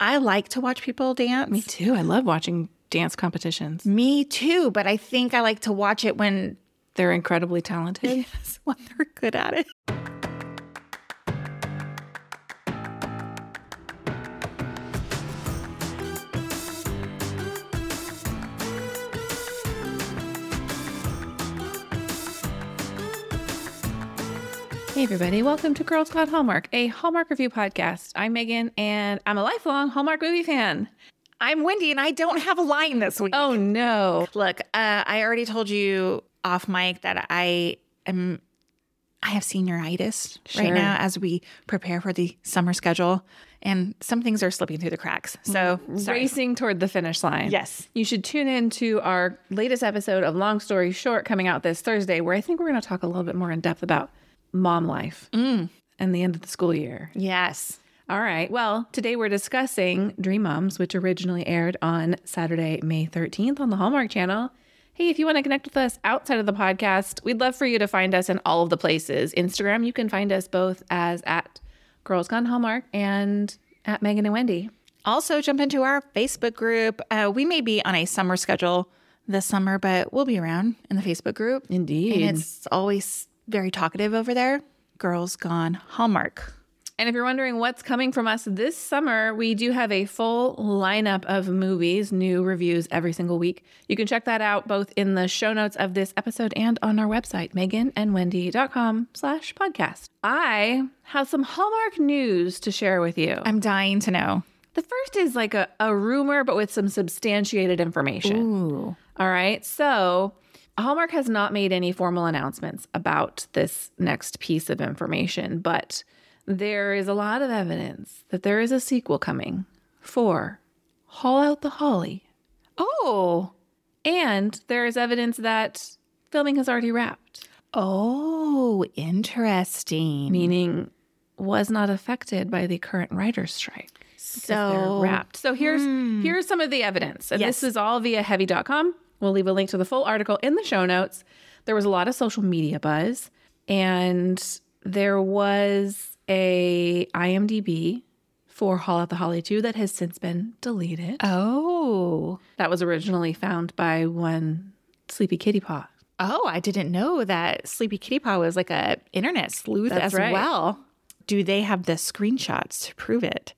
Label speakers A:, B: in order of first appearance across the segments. A: I like to watch people dance.
B: Me too. I love watching dance competitions.
A: Me too, but I think I like to watch it when
B: They're incredibly talented.
A: yes, when they're good at it.
B: Hey, everybody. Welcome to Girls Got Hallmark, a Hallmark review podcast. I'm Megan, and I'm a lifelong Hallmark movie fan.
A: I'm Wendy and I don't have a line this week.
B: Oh, no.
A: Look, uh, I already told you off mic that I am I have senioritis right
B: Sure.
A: now as we prepare for the summer schedule and some things are slipping through the cracks. So, sorry.
B: Racing toward the finish line.
A: Yes.
B: You should tune in to our latest episode of Long Story Short coming out this Thursday, where I think we're going to talk a little bit more in depth about mom life and the end of the school year.
A: Yes.
B: All right. Well, today we're discussing Dream Moms, which originally aired on Saturday, May 13th on the Hallmark Channel. Hey, if you want to connect with us outside of the podcast, we'd love for you to find us in all of the places. Instagram, you can find us both as at Girls Gone Hallmark and at Megan and Wendy.
A: Also, jump into our Facebook group. Uh, we may be on a summer schedule this summer, but we'll be around in the Facebook group.
B: Indeed.
A: And it's always very talkative over there. Girls Gone Hallmark.
B: And if you're wondering what's coming from us this summer, we do have a full lineup of movies, new reviews every single week. You can check that out both in the show notes of this episode and on our website, meganandwendy.com slash podcast. I have some Hallmark news to share with you.
A: I'm dying to know.
B: The first is like a, a rumor, but with some substantiated information.
A: Ooh.
B: All right. So Hallmark has not made any formal announcements about this next piece of information, but there is a lot of evidence that there is a sequel coming for Haul Out the Holly.
A: Oh.
B: And there is evidence that filming has already wrapped,
A: Oh, interesting.
B: meaning was not affected by the current writer's strike.
A: so hmm.
B: they're wrapped. So here's here's some of the evidence. And
A: Yes.
B: this is all via heavy.com. We'll leave a link to the full article in the show notes. There was a lot of social media buzz and there was a IMDb for Hall at the Holly 2 that has since been deleted.
A: Uh, Oh.
B: That was originally found by one Sleepy Kitty Paw.
A: Oh, I didn't know that Sleepy Kitty Paw was like a internet sleuth
B: That's
A: as
B: right.
A: well. Do they have the screenshots to prove it?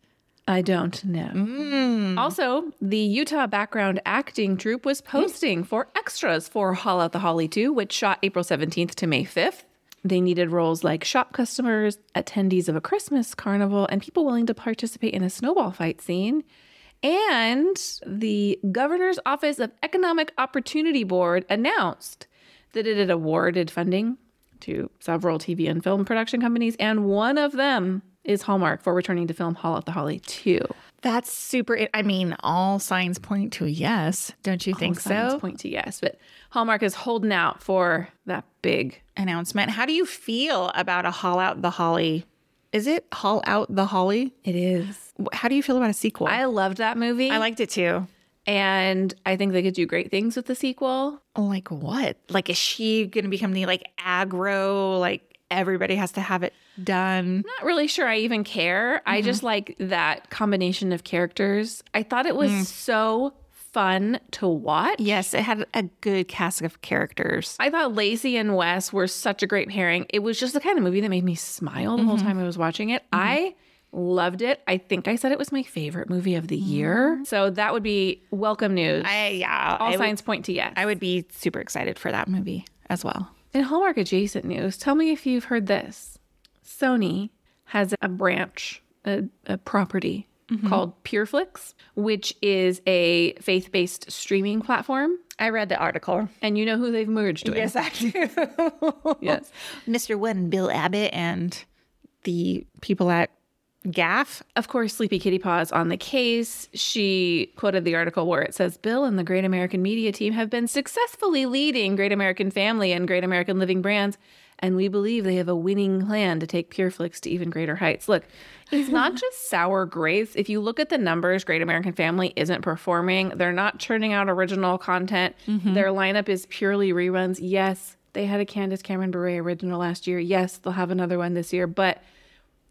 B: I don't know. Also, the Utah background acting troupe was posting for extras for Hall at the Holly 2, which shot April 17th to May 5th. They needed roles like shop customers, attendees of a Christmas carnival, and people willing to participate in a snowball fight scene. And the Governor's Office of Economic Opportunity Board announced that it had awarded funding to several TV and film production companies, and one of them is Hallmark for returning to film Hall at the Holly 2.
A: That's super. I mean, all signs point to a yes. Don't you think
B: Signs
A: so?
B: point to yes, but Hallmark is holding out for that big.
A: Announcement. How do you feel about a haul out the holly? Is it haul out the holly?
B: It is.
A: Wh- How do you feel about a sequel?
B: I loved that movie.
A: I liked it too.
B: and I think they could do great things with the sequel.
A: Like what? Like is she gonna become the like aggro? Like everybody has to have it done.
B: Not really sure I even care. I just
A: Mm-hmm.
B: like that combination of characters. I thought it was
A: Mm.
B: so fun to watch.
A: Yes, it had a good cast of characters.
B: I thought Lacey and Wes were such a great pairing. It was just the kind of movie that made me smile the whole
A: Mm-hmm.
B: time I was watching it. I loved it. I think I said it was my favorite movie of the year. So that would be welcome news.
A: Mm-hmm. I yeah.
B: All
A: I, would,
B: signs point to yes.
A: I would be super excited for that movie as well.
B: In Hallmark adjacent news, tell me if you've heard this. Sony has a branch, a, a property called Pureflix, which is a faith based streaming platform.
A: I read the article.
B: And you know who they've merged with.
A: I do.
B: Yes.
A: Mr. Wood and Bill Abbott and the people at Gaff.
B: Of course, Sleepy Kitty Paw is on the case. She quoted the article where it says Bill and the Great American Media Team have been successfully leading Great American Family and Great American Living brands, and we believe they have a winning plan to take Pureflix to even greater heights. Look, it's not just sour grapes. If you look at the numbers, Great American Family isn't performing. They're not churning out original content. Their lineup is purely reruns. Yes, they had a Candace Cameron Bure original last year. Yes, they'll have another one this year, but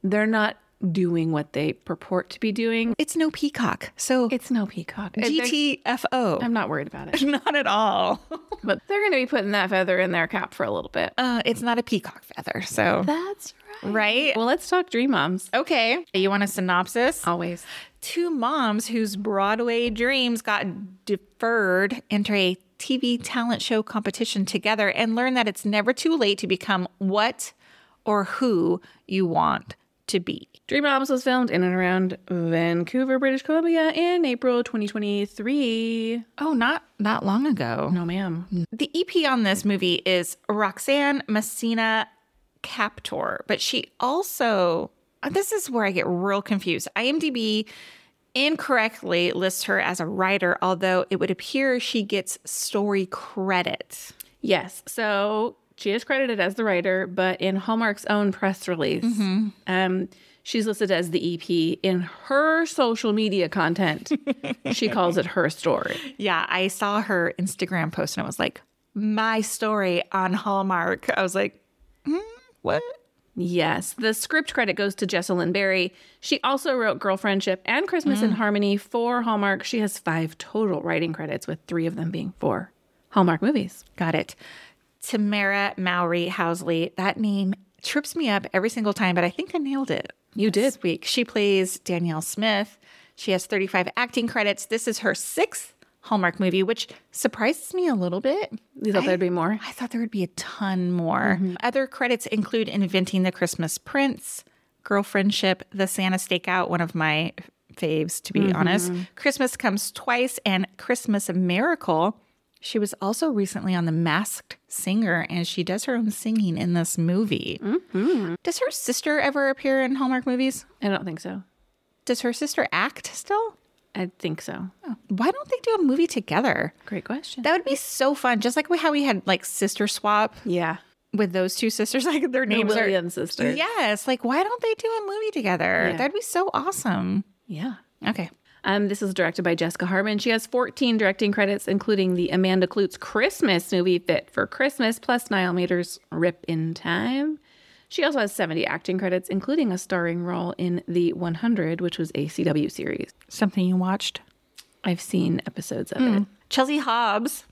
B: they're not doing what they purport to be doing.
A: It's no peacock. So
B: It's no peacock.
A: GTFO.
B: I'm not worried about it.
A: Not at all.
B: But they're going to be putting that feather in their cap for a little bit.
A: Uh, it's not a peacock feather. So,
B: That's right.
A: right?
B: Well, let's talk dream moms.
A: Okay. You want a synopsis?
B: Always.
A: two moms whose Broadway dreams got deferred enter a TV talent show competition together and learn that it's never too late to become what or who you want to be.
B: Dream Moms was filmed in and around Vancouver, British Columbia in April 2023.
A: Oh, not not long ago.
B: No, ma'am.
A: The EP on this movie is Roxanne Messina Captor, but she also, uh, this is where I get real confused. IMDb incorrectly lists her as a writer, although it would appear she gets story credit.
B: Yes. So she is credited as the writer, but in Hallmark's own press release, um, she's listed as the EP. In her social media content, she calls it her story.
A: Yeah, I saw her Instagram post and it was like, my story on Hallmark. I was like, hmm, what?
B: Yes. The script credit goes to Jessalyn Berry. She also wrote Girl Friendship and Christmas in Harmony for Hallmark. She has five total writing credits, with three of them being for Hallmark movies.
A: Got it. Tamara Mowry Housley. That name trips me up every single time, but I think I nailed it.
B: You
A: This week, she plays Danielle Smith. She has 35 acting credits. This is her sixth Hallmark movie, which surprises me a little bit.
B: You thought there'd be more?
A: I thought there would be a ton more. Mm-hmm. Other credits include Inventing the Christmas Prince, Girlfriendship, The Santa Stakeout, one of my faves, to be honest. Christmas Comes Twice, and Christmas Miracle. She was also recently on The Masked Singer, and she does her own singing in this movie. Does her sister ever appear in Hallmark movies?
B: I don't think so.
A: Does her sister act still?
B: I think so.
A: Why don't they do a movie together?
B: Great question.
A: That would be so fun. Just like we- how we had like sister swap
B: yeah.
A: with those two sisters, like their names are
B: Williams sister.
A: Yes. Like, why don't they do a movie together?
B: Yeah.
A: That'd be so awesome.
B: Yeah.
A: Okay.
B: Um, this is directed by Jessica Harmon. She has 14 directing credits, including the Amanda Klutz Christmas movie Fit for Christmas, plus Niall Mater's Rip in Time. She also has 70 acting credits, including a starring role in The 100, which was a CW series.
A: Something you watched?
B: I've seen episodes of it.
A: Chelsea Hobbs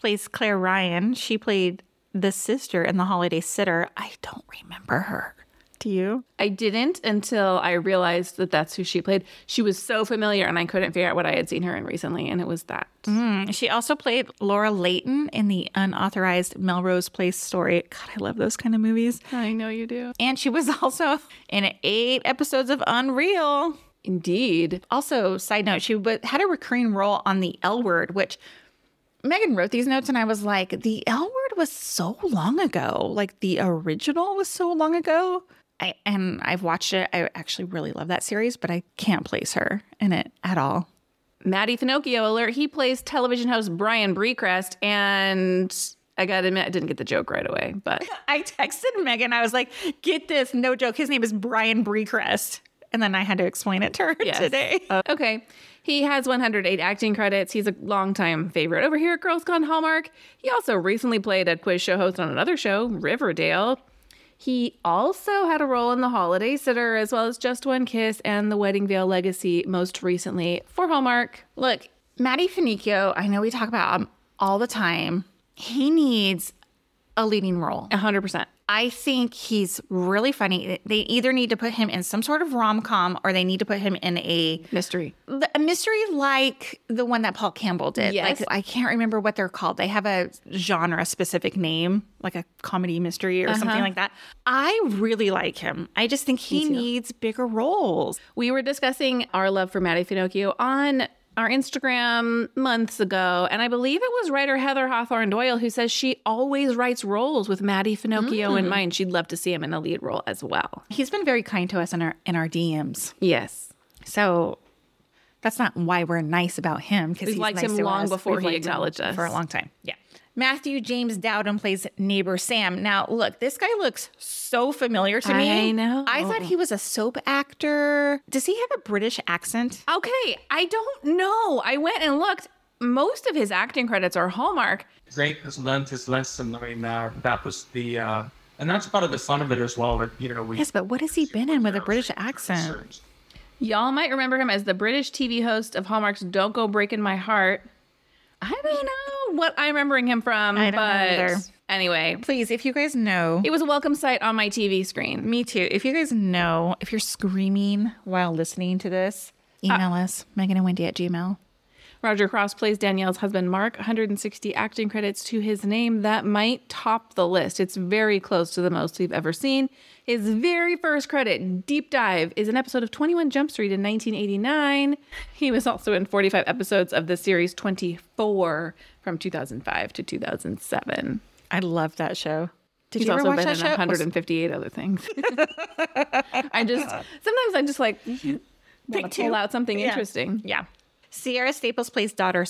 A: plays Claire Ryan. She played the sister in The Holiday Sitter. I don't remember her. Do you?
B: I didn't until I realized that that's who she played. She was so familiar, and I couldn't figure out what I had seen her in recently, and it was that.
A: Hmm, She also played Laura Layton in the unauthorized Melrose Place story. God, I love those kind of movies.
B: I know you do.
A: And she was also in eight episodes of Unreal.
B: Indeed.
A: Also, side note, she w- had a recurring role on The L Word, which Megan wrote these notes, and I was like, The L Word was so long ago. Like the original was so long ago. I, and I've watched it. I actually really love that series, but I can't place her in it at all.
B: Matty Finocchio alert. He plays television host Brian Brecrest, and I gotta admit, I didn't get the joke right away, but
A: I texted Megan. I was like, Get this, no joke. His name is Brian Brecrest. And then I had to explain it to her
B: yes.
A: today.
B: Uh, okay. He has 108 acting credits. He's a longtime favorite over here at Girls Gone Hallmark. He also recently played a quiz show host on another show, Riverdale. He also had a role in The Holiday Sitter, as well as Just One Kiss and The Wedding Veil Legacy, most recently for Hallmark.
A: Look, Matty Finicchio, I know we talk about him all the time. He needs a leading role.
B: 100%.
A: I think he's really funny. They either need to put him in some sort of rom com or they need to put him in a,
B: Mystery.
A: a mystery like the one that Paul Campbell did.
B: Yes.
A: Like, I can't remember what they're called. They have a genre specific name, like a comedy mystery or something like that. I really like him. I just think he needs bigger roles.
B: We were discussing our love for Maddie Finocchio on our Instagram months ago, and I believe it was writer Heather Hawthorne Doyle who says she always writes roles with Maddie Finocchio
A: Mm.
B: in mind. She'd love to see him in a lead role as well.
A: He's been very kind to us in our in our DMs.
B: Yes.
A: So that's not why we're nice about him because he's
B: liked
A: nice
B: him
A: to
B: long
A: us.
B: before he
A: liked him
B: acknowledged us.
A: for a long time. Yeah. Matthew James Dowden plays neighbor Sam. Now, look, this guy looks so familiar to me.
B: I know.
A: I thought he was a soap actor. Does he have a British accent?
B: Okay, I don't know. I went and looked. Most of his acting credits are Hallmark.
C: Drake has learned his lesson. I mean, uh, that was the uh, And that's part of the fun of it as well. That you know, we
A: Yes, but what has he been in with a British accent?
C: concerns.
B: Y'all might remember him as the British TV host of Hallmark's Don't Go Breaking My Heart. I don't know what I'm remembering him from,
A: I don't know
B: but
A: either.
B: anyway,
A: Please, if you guys know,
B: it was a welcome sight on my TV screen.
A: me too. If you guys know, if you're screaming while listening to this,
B: Uh,
A: email us, Megan and Wendy at Gmail.
B: Roger Cross plays Danielle's husband, Mark, 160 acting credits to his name. That might top the list. It's very close to the most we've ever seen. His very first credit, Deep Dive, is an episode of 21 Jump Street in 1989. He was also in 45 episodes of the series 24 from 2005 to 2007.
A: I love that show. Did
B: He's
A: you ever
B: also
A: watch
B: been
A: that
B: in
A: show?
B: 158 other things. I just sometimes I'm just like want to pull
A: two.
B: out something
A: Yeah.
B: interesting.
A: Yeah. Sierra Staples plays daughter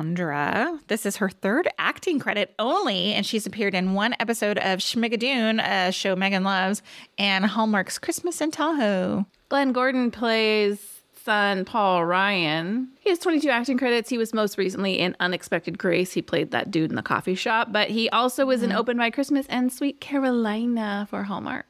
A: Sandra. This is her third acting credit only, and she's appeared in one episode of Schmigadoon, a show Megan loves, and Hallmark's Christmas in Tahoe.
B: Glenn Gordon plays son Paul Ryan. He has 22 acting credits. He was most recently in Unexpected Grace. He played that dude in the coffee shop, but he also was
A: Mm-hmm.
B: in Open by Christmas and Sweet Carolina for Hallmark.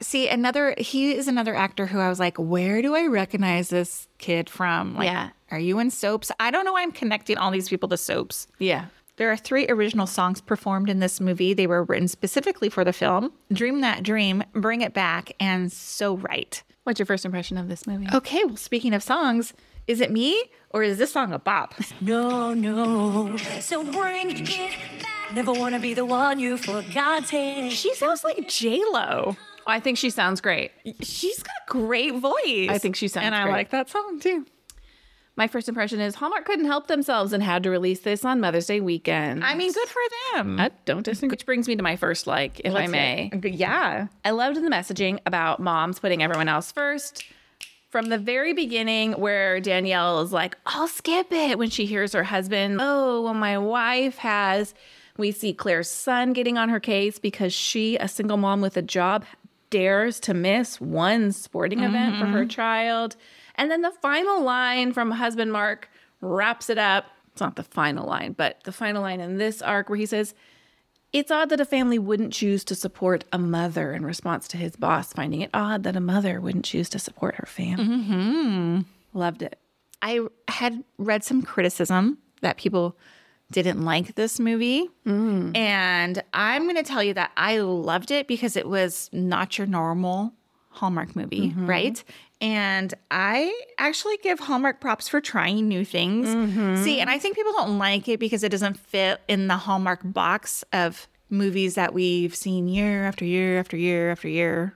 A: See, another he is another actor who I was like, where do I recognize this kid from? Like,
B: Yeah.
A: are you in soaps? I don't know why I'm connecting all these people to soaps.
B: Yeah.
A: There are three original songs performed in this movie. They were written specifically for the film Dream That Dream, Bring It Back, and So Right.
B: What's your first impression of this movie?
A: Okay, well, speaking of songs, is it me or is this song a bop?
D: No, no. So bring it back. Never wanna be the one you forgotten.
A: She sounds like J Lo.
B: I think she sounds great.
A: She's got a great voice.
B: I think she sounds
A: and I
B: great.
A: like that song too.
B: My first impression is Hallmark couldn't help themselves and had to release this on Mother's Day weekend.
A: I mean, good for them.
B: I don't disagree. Which brings me to my first like, if I may.
A: Yeah.
B: I loved the messaging about moms putting everyone else first. From the very beginning, where Danielle is like, I'll skip it when she hears her husband, oh, well, my wife has. We see Claire's son getting on her case because she, a single mom with a job, dares to miss one sporting event for her child. And then the final line from husband Mark wraps it up. It's not the final line, but the final line in this arc where he says, it's odd that a family wouldn't choose to support a mother in response to his boss finding it odd that a mother wouldn't choose to support her family. Loved it.
A: I had read some criticism that people didn't like this movie. And I'm going to tell you that I loved it because it was not your normal Hallmark movie, right? And I actually give Hallmark props for trying new things. See, and I think people don't like it because it doesn't fit in the Hallmark box of movies that we've seen year after year after year after year.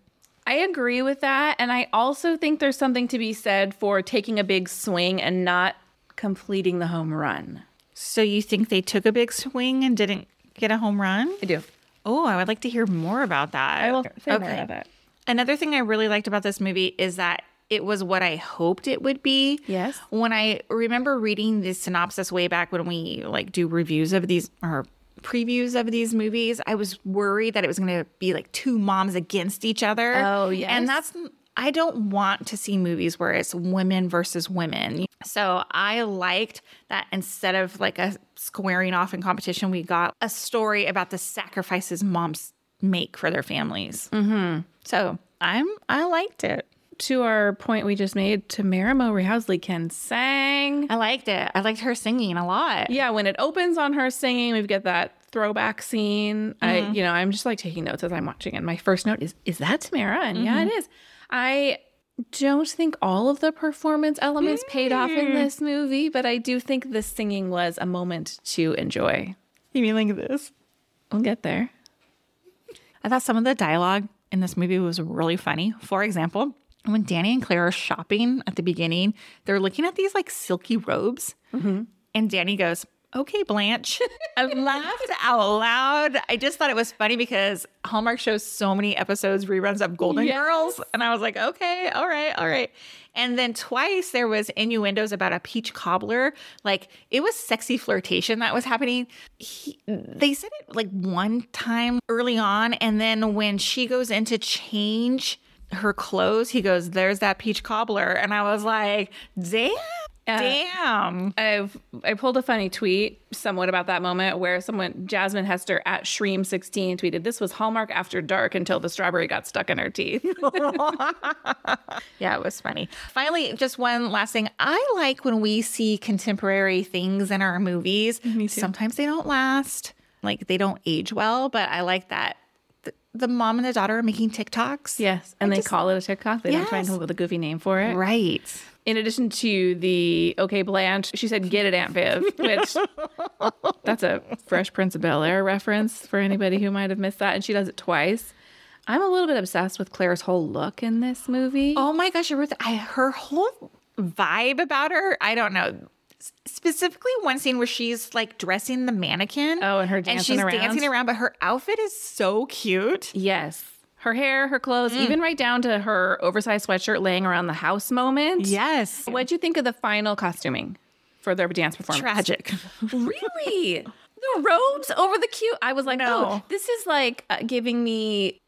B: I agree with that. And I also think there's something to be said for taking a big swing and not completing the home run.
A: So you think they took a big swing and didn't get a home run?
B: I do.
A: Oh, I would like to hear more about that.
B: I will say more about that.
A: Another thing I really liked about this movie is that it was what I hoped it would be.
B: Yes.
A: When I remember reading the synopsis way back when we like do reviews of these or previews of these movies, I was worried that it was going to be like two moms against each other.
B: Oh, yes.
A: And that's I don't want to see movies where it's women versus women. So I liked that instead of like a squaring off in competition, we got a story about the sacrifices moms make for their families. Mm-hmm. So I'm I liked it.
B: To our point we just made, Tamara Mo Rehousley can sang.
A: I liked it. I liked her singing a lot.
B: Yeah, when it opens on her singing, we've got that throwback scene. I, you know, I'm just like taking notes as I'm watching it. My first note is, is that Tamara? And yeah, it is. I don't think all of the performance elements paid off in this movie, but I do think the singing was a moment to enjoy.
A: You mean like this?
B: We'll get there.
A: I thought some of the dialogue in this movie was really funny. For example, when Danny and Claire are shopping at the beginning, they're looking at these like silky robes. And Danny goes, Okay, Blanche. I laughed out loud. I just thought it was funny because Hallmark shows so many episodes, reruns of Golden
B: Yes.
A: Girls. And I was like, okay, all right, all right. And then twice there was innuendos about a peach cobbler. Like it was sexy flirtation that was happening. He, they said it like one time early on. And then when she goes in to change her clothes, he goes, there's that peach cobbler. And I was like, damn.
B: Uh,
A: Damn.
B: I've I pulled a funny tweet somewhat about that moment where someone Jasmine Hester at Shreem16 tweeted, "This was Hallmark after dark until the strawberry got stuck in her teeth."
A: Yeah, it was funny. Finally, just one last thing. I like when we see contemporary things in our movies. Sometimes they don't last, like they don't age well, but I like that the, the mom and the daughter are making TikToks.
B: yes, and they call it a TikTok. They don't try and
A: Yes.
B: come up with a goofy name for it.
A: Right.
B: In addition to the okay Blanche, she said, "Get it, Aunt Viv," which that's a Fresh Prince of Bel Air reference for anybody who might have missed that, and she does it twice. I'm a little bit obsessed with Claire's whole look in this movie.
A: Oh my gosh, I wrote that. I, her whole vibe about her, I don't know. S- Specifically, one scene where she's like dressing the mannequin.
B: Oh, and her
A: and
B: dancing
A: she's
B: around.
A: dancing around, but her outfit is so cute.
B: Yes. Her hair, her clothes,
A: Mm.
B: even right down to her oversized sweatshirt laying around the house moment.
A: Yes,
B: What'd you think of the final costuming for their dance performance?
A: tragic.
B: Really? the robes over the cute. I was like, oh,
A: No.
B: this is like uh, giving me.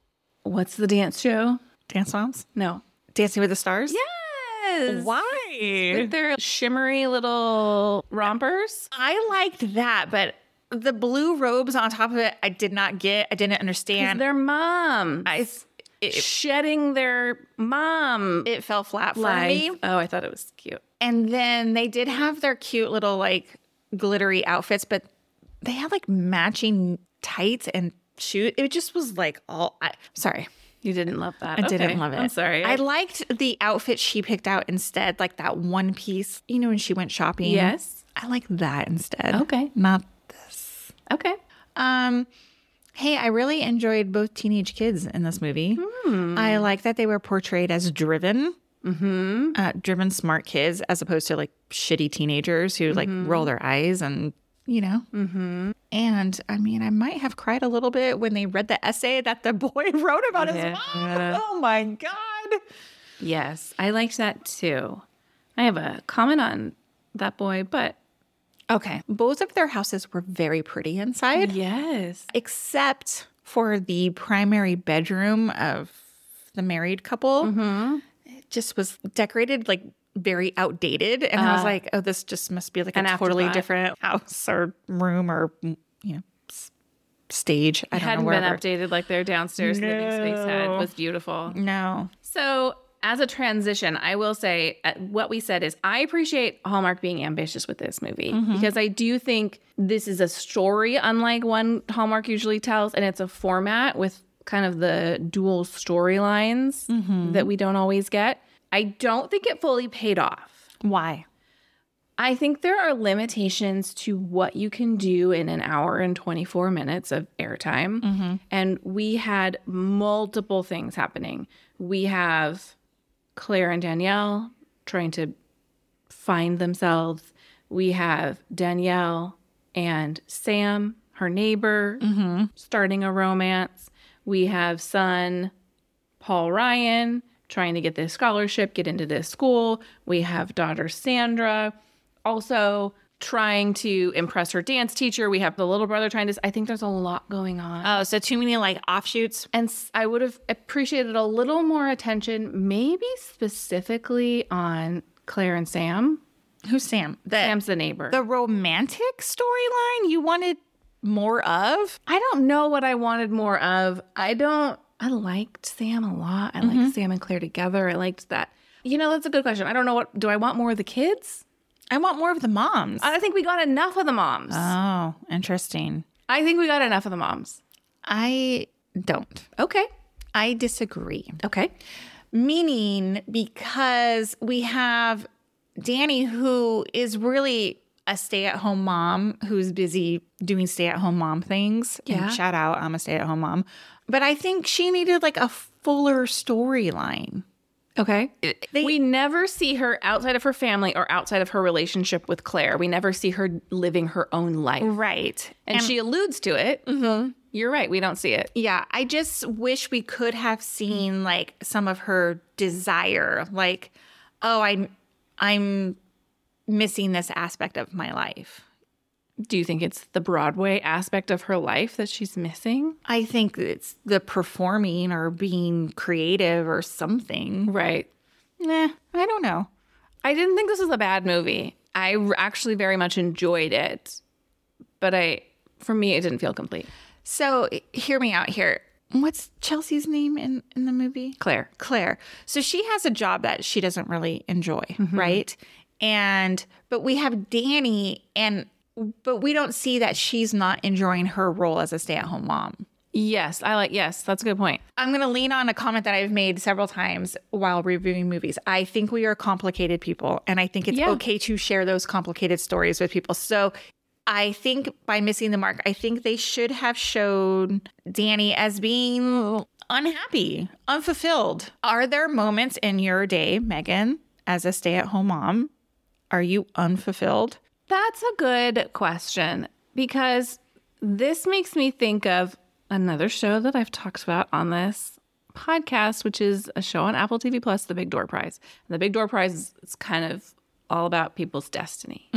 B: What's the dance show?
A: Dance moms,
B: No.
A: Dancing with the Stars.
B: Yes.
A: Why?
B: With their shimmery little rompers.
A: I liked that, but the blue robes on top of it, I did not get. I didn't understand.
B: Their mom.
A: I, it,
B: shedding their mom.
A: it fell flat for
B: life.
A: me.
B: Oh, I thought it was cute.
A: And then they did have their cute little like glittery outfits, but they had like matching tights and shoes. It just was like all. I, sorry.
B: You didn't love that.
A: I didn't love it.
B: I'm sorry.
A: I liked the outfit she picked out instead, like that one piece, you know, when she went shopping.
B: Yes.
A: I like that instead.
B: Okay.
A: Not
B: Okay.
A: Um, hey, I really enjoyed both teenage kids in this movie. I like that they were portrayed as driven, mm-hmm. uh, driven smart kids, as opposed to like shitty teenagers who like roll their eyes and you know. Mm-hmm. And I mean, I might have cried a little bit when they read the essay that the boy wrote about his
B: Yeah.
A: mom. Oh my god!
B: Yes, I liked that too. I have a comment on that boy, but
A: Okay, both of their houses were very pretty inside.
B: yes.
A: except for the primary bedroom of the married couple.
B: Mm-hmm.
A: It just was decorated like very outdated. And I was like, oh, this just must be like
B: Uh, an
A: a totally
B: afterthought.
A: different house or room or, you know, s- stage. I
B: It
A: don't
B: hadn't
A: know
B: been
A: wherever.
B: updated like their downstairs living space had was beautiful.
A: No.
B: So, as a transition, I will say uh, what we said is I appreciate Hallmark being ambitious with this movie because I do think this is a story unlike one Hallmark usually tells, and it's a format with kind of the dual storylines that we don't always get. I don't think it fully paid off.
A: Why?
B: I think there are limitations to what you can do in an hour and 24 minutes of airtime. And we had multiple things happening. We have Claire and Danielle trying to find themselves, we have Danielle and Sam, her neighbor, starting a romance. We have son Paul Ryan trying to get this scholarship, get into this school. We have daughter Sandra also trying to impress her dance teacher. We have the little brother trying to. I think there's a lot going on.
A: Oh, so too many like offshoots.
B: and s- I would have appreciated a little more attention, maybe specifically on Claire and Sam.
A: Who's Sam? The,
B: Sam's the neighbor.
A: the romantic storyline you wanted more of?
B: I don't know what I wanted more of. I don't. I liked Sam a lot. I liked Sam and Claire together. I liked that. You know, that's a good question. I don't know what. Do I want more of the kids?
A: I want more of the moms.
B: I think we got enough of the moms.
A: oh, interesting.
B: I think we got enough of the moms.
A: I don't.
B: Okay.
A: I disagree.
B: Okay.
A: meaning because we have Danny, who is really a stay at home mom who's busy doing stay at home mom things. And
B: Yeah.
A: shout out, I'm a stay at home mom. But I think she needed like a fuller storyline.
B: Okay. we never see her outside of her family or outside of her relationship with Claire. We never see her living her own life.
A: Right.
B: And she alludes to it. Mm-hmm. You're right. We don't see it.
A: Yeah, I just wish we could have seen like some of her desire, like, oh, I'm I'm missing this aspect of my life.
B: Do you think it's the Broadway aspect of her life that she's missing?
A: I think it's the performing or being creative or something.
B: Right.
A: Nah, I don't know.
B: I didn't think this was a bad movie. I r- actually very much enjoyed it, but I, for me, it didn't feel complete.
A: So h- hear me out here. What's Chelsea's name in, in the movie?
B: Claire.
A: Claire. So she has a job that she doesn't really enjoy, right? And but we have Danny and but we don't see that she's not enjoying her role as a stay-at-home mom.
B: Yes, I like. Yes, that's a good point.
A: I'm going to lean on a comment that I've made several times while reviewing movies. I think we are complicated people, and I think it's
B: Yeah.
A: okay to share those complicated stories with people. So I think by missing the mark, I think they should have shown Danny as being unhappy, unfulfilled. Are there moments in your day, Megan, as a stay at home mom? Are you unfulfilled?
B: That's a good question because this makes me think of another show that I've talked about on this podcast, which is a show on Apple TV Plus, The Big Door Prize. And the Big Door Prize is it's kind of all about people's destiny,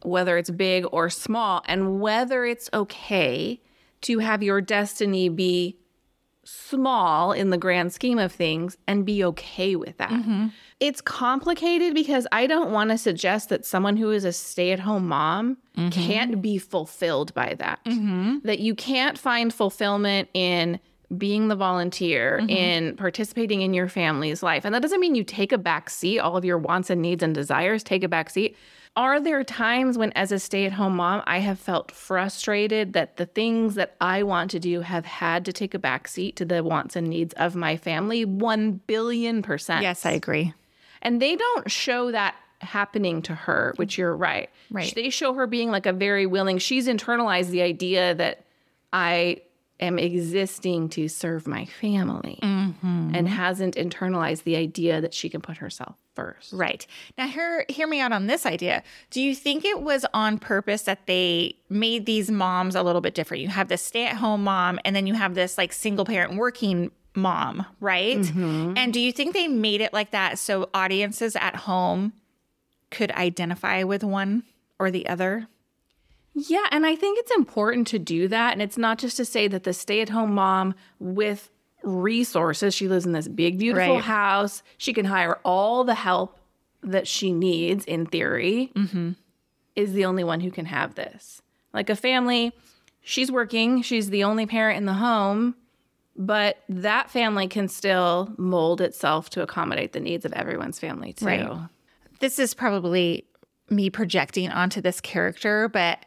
B: whether it's big or small, and whether it's okay to have your destiny be small in the grand scheme of things and be okay with that. It's complicated because I don't want to suggest that someone who is a stay at home mom can't be fulfilled by that. That you can't find fulfillment in being the volunteer, in participating in your family's life. And that doesn't mean you take a back seat, all of your wants and needs and desires take a back seat. Are there times when, as a stay at home mom, I have felt frustrated that the things that I want to do have had to take a backseat to the wants and needs of my family? 1 billion percent.
A: agree.
B: And they don't show that happening to her, which you're right.
A: Right.
B: They show her being like a very willing, she's internalized the idea that I am existing to serve my family and hasn't internalized the idea that she can put herself first.
A: Right. Now hear hear me out on this idea. Do you think it was on purpose that they made these moms a little bit different? You have this stay-at-home mom and then you have this like single parent working mom, right? And do you think they made it like that so audiences at home could identify with one or the other?
B: Yeah, and I think it's important to do that. And it's not just to say that the stay at home mom with resources, she lives in this big, beautiful
A: Right.
B: house, she can hire all the help that she needs in theory,
A: Mm-hmm.
B: is the only one who can have this. Like a family, she's working, she's the only parent in the home, but that family can still mold itself to accommodate the needs of everyone's family, too.
A: Right. this is probably me projecting onto this character, but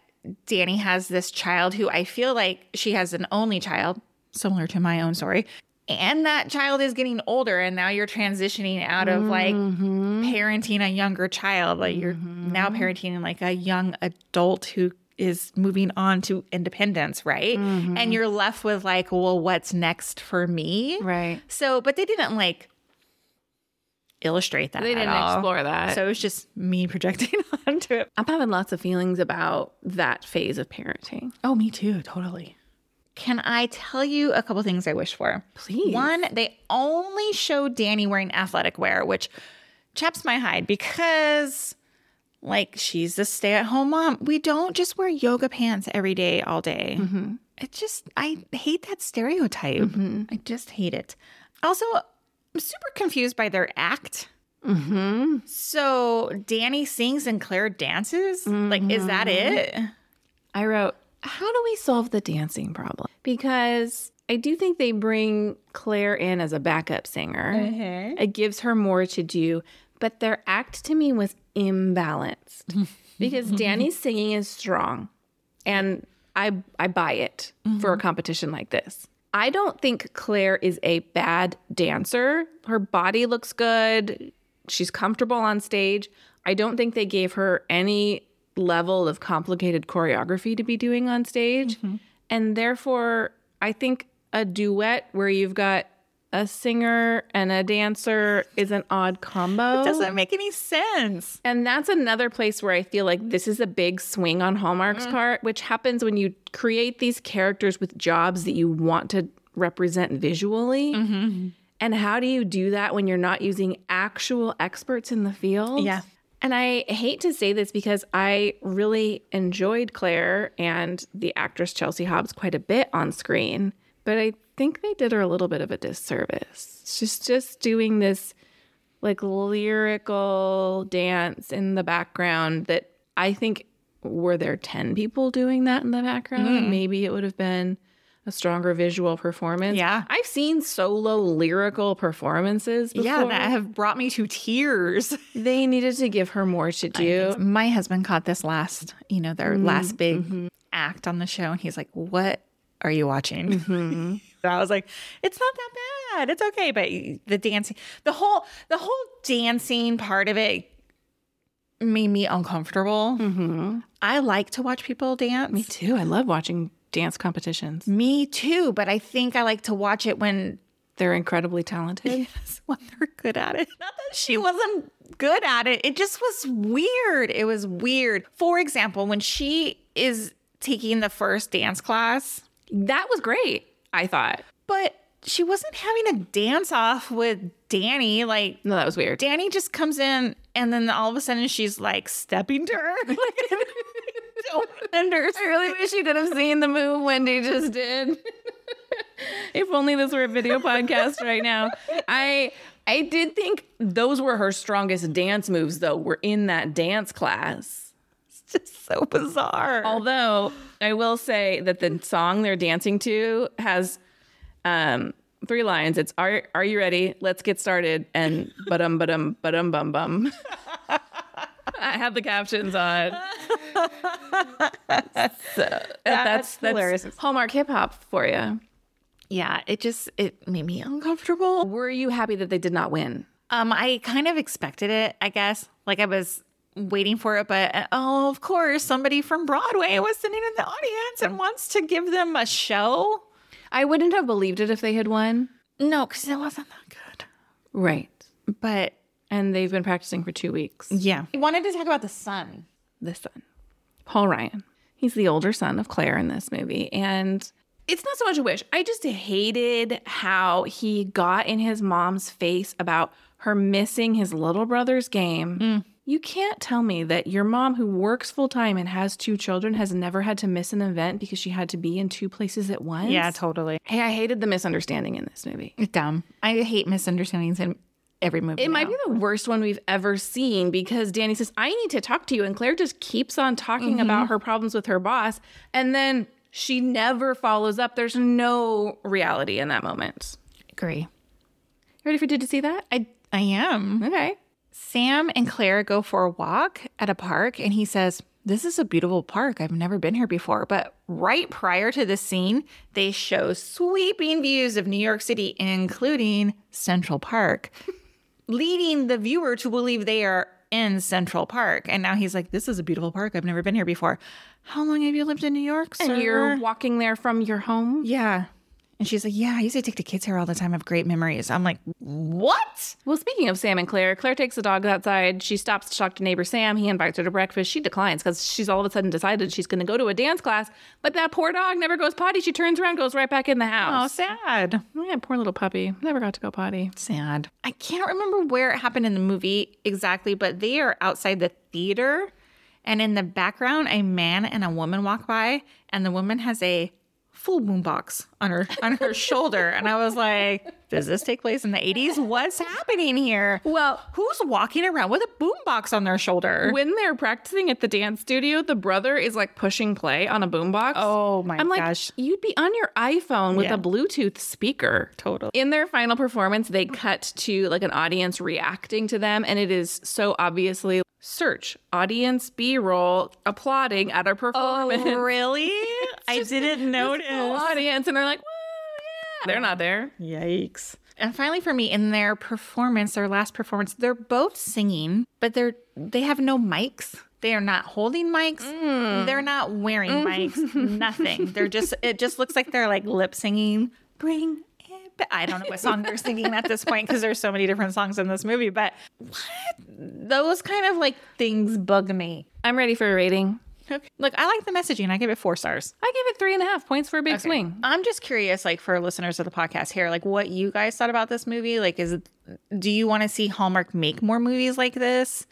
A: Danny has this child who I feel like she has an only child, similar to my own story. And that child is getting older, and now you're transitioning out of like
B: Mm-hmm.
A: parenting a younger child. Like you're now parenting like a young adult who is moving on to independence, right?
B: Mm-hmm.
A: And you're left with like, well, what's next for me?
B: Right.
A: So, but they didn't like illustrate that.
B: They
A: at
B: didn't
A: all.
B: explore that.
A: So it was just me projecting onto it.
B: I'm having lots of feelings about that phase of parenting.
A: Oh, me too, totally. Can I tell you a couple things I wish for?
B: Please.
A: One, they only showed Danny wearing athletic wear, which chaps my hide because, like, she's a stay at home mom. We don't just wear yoga pants every day, all day. It just, I hate that stereotype. I just hate it. Also, I'm super confused by their act. Mm-hmm. So Danny sings and Claire dances? Like, is that it?
B: I wrote, How do we solve the dancing problem? Because I do think they bring Claire in as a backup singer.
A: Mm-hmm.
B: It gives her more to do, but their act to me was imbalanced because Danny's singing is strong and I I buy it for a competition like this. I don't think Claire is a bad dancer. Her body looks good. She's comfortable on stage. I don't think they gave her any level of complicated choreography to be doing on stage. And therefore, I think a duet where you've got a singer and a dancer is an odd combo.
A: Doesn't make any sense.
B: And that's another place where I feel like this is a big swing on Hallmark's part, which happens when you create these characters with jobs that you want to represent visually. And how do you do that when you're not using actual experts in the field?
A: Yeah.
B: And I hate to say this because I really enjoyed Claire and the actress Chelsea Hobbs quite a bit on screen, but I think they did her a little bit of a disservice. She's just doing this like lyrical dance in the background that I think were there 10 people doing that in the background, maybe it would have been a stronger visual performance.
A: Yeah.
B: I've seen solo lyrical performances before.
A: Yeah, that have brought me to tears.
B: they needed to give her more to do.
A: My husband caught this last, you know, their last big act on the show, and he's like, "What are you watching?" And I was like, "It's not that bad. It's okay." But the dancing, the whole, the whole dancing part of it made me uncomfortable. I like to watch people dance.
B: Me too. I love watching dance competitions.
A: Me too, but I think I like to watch it when
B: They're incredibly talented.
A: yes, when they're good at it. Not that she wasn't good at it. It just was weird. It was weird. For example, when she is taking the first dance class,
B: That was great, I thought.
A: but she wasn't having a dance off with Danny. Like
B: No, that was weird.
A: Danny just comes in and then all of a sudden she's like stepping to her. Like, I don't
B: I
A: understand.
B: really wish you could have seen the move Wendy just did. if only this were a video podcast right now. I I did think those were her strongest dance moves though, were in that dance class.
A: It's just so bizarre.
B: Although I will say that the song they're dancing to has um three lines. It's are are you ready? Let's get started and ba-dum ba-dum ba-dum bum bum. I have the captions on. So, that's, that's
A: hilarious.
B: Hallmark hip hop for you.
A: yeah, it just it made me uncomfortable.
B: Were you happy that they did not win?
A: Um, I kind of expected it, I guess. Like I was waiting for it, but uh, oh, of course, somebody from Broadway was sitting in the audience and wants to give them a show.
B: I wouldn't have believed it if they had won.
A: No, because it wasn't that
B: Right.
A: good. But
B: And they've been practicing for two weeks.
A: yeah, I wanted to talk about the sun.
B: the son, Paul Ryan. He's the older son of Claire in this movie. And it's not so much a wish. I just hated how he got in his mom's face about her missing his little brother's game. You can't tell me that your mom, who works full time and has two children, has never had to miss an event because she had to be in two places at once.
A: Yeah, totally.
B: Hey, I hated the misunderstanding in this movie.
A: Dumb. I hate misunderstandings in every movie.
B: It might be the worst one we've ever seen because Danny says, I need to talk to you. And Claire just keeps on talking about her problems with her boss. And then she never follows up. There's no reality in that moment.
A: agree.
B: You ready for Did You See That?
A: I I am.
B: Okay.
A: Sam and Claire go for a walk at a park, and he says, This is a beautiful park. I've never been here before. But right prior to the scene, they show sweeping views of New York City, including Central Park, leading the viewer to believe they are in Central Park. And now he's like, This is a beautiful park. I've never been here before. How long have you lived in New York?
B: And
A: sir?"
B: you're walking there from your home.
A: Yeah. And she's like, Yeah, I used to take the kids here all the time. I have great memories. I'm like, What?
B: Well, speaking of Sam and Claire, Claire takes the dog outside. She stops to talk to neighbor Sam. He invites her to breakfast. She declines because she's all of a sudden decided she's going to go to a dance class. But that poor dog never goes potty. She turns around, goes right back in the
A: Oh,
B: house.
A: sad.
B: Yeah, poor little puppy. Never got to go potty.
A: Sad. I can't remember where it happened in the movie exactly, but they are outside the theater. And in the background, a man and a woman walk by, and the woman has a full boombox on her on her shoulder. And I was like, "Does this take place in the '80s? What's happening here?
B: Well,
A: Who's walking around with a boombox on their shoulder?"
B: when they're practicing at the dance studio, the brother is like pushing play on a boombox.
A: Oh my
B: I'm like,
A: gosh.
B: you'd be on your iPhone with
A: Yeah.
B: a Bluetooth speaker.
A: Totally.
B: In their final performance, they cut to like an audience reacting to them, and it is so obviously search audience B-roll applauding at a performance.
A: oh, really? I didn't
B: Full
A: notice.
B: audience, and they're like, Woo, yeah. They're not there.
A: Yikes. And finally for me in their performance, their last performance, they're both singing, but they're they have no mics. They are not holding mics. They're not wearing mics. Nothing. They're just it just looks like they're like lip singing. Bring it back. I don't know what song they're singing at this point because there's so many different songs in this movie, but what? Those kind of like things bug me.
B: I'm ready for a rating.
A: Look, I like the messaging. I give it four stars.
B: I give it three and a half points for a big swing.
A: I'm just curious, like for listeners of the podcast here, like what you guys thought about this movie. Like, is it, do you want to see Hallmark make more movies like this?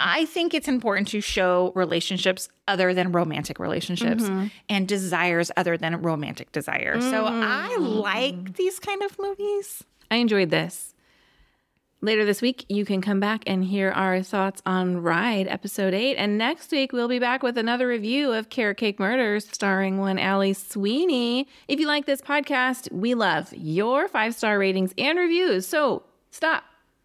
A: I think it's important to show relationships other than romantic relationships and desires other than romantic desire. So I like these kind of movies.
B: I enjoyed this. Later this week, you can come back and hear our thoughts on Ride, Episode 8. And next week, we'll be back with another review of Carrot Cake Murders, starring one Allie Sweeney. If you like this podcast, we love your five star ratings and reviews. So stop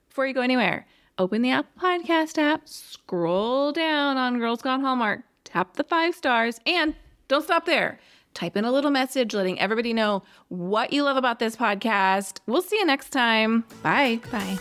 B: before you go anywhere. Open the Apple Podcast app, scroll down on Girls Gone Hallmark, tap the five stars, and don't stop there. Type in a little message letting everybody know what you love about this podcast. We'll see you next time. Bye. Bye.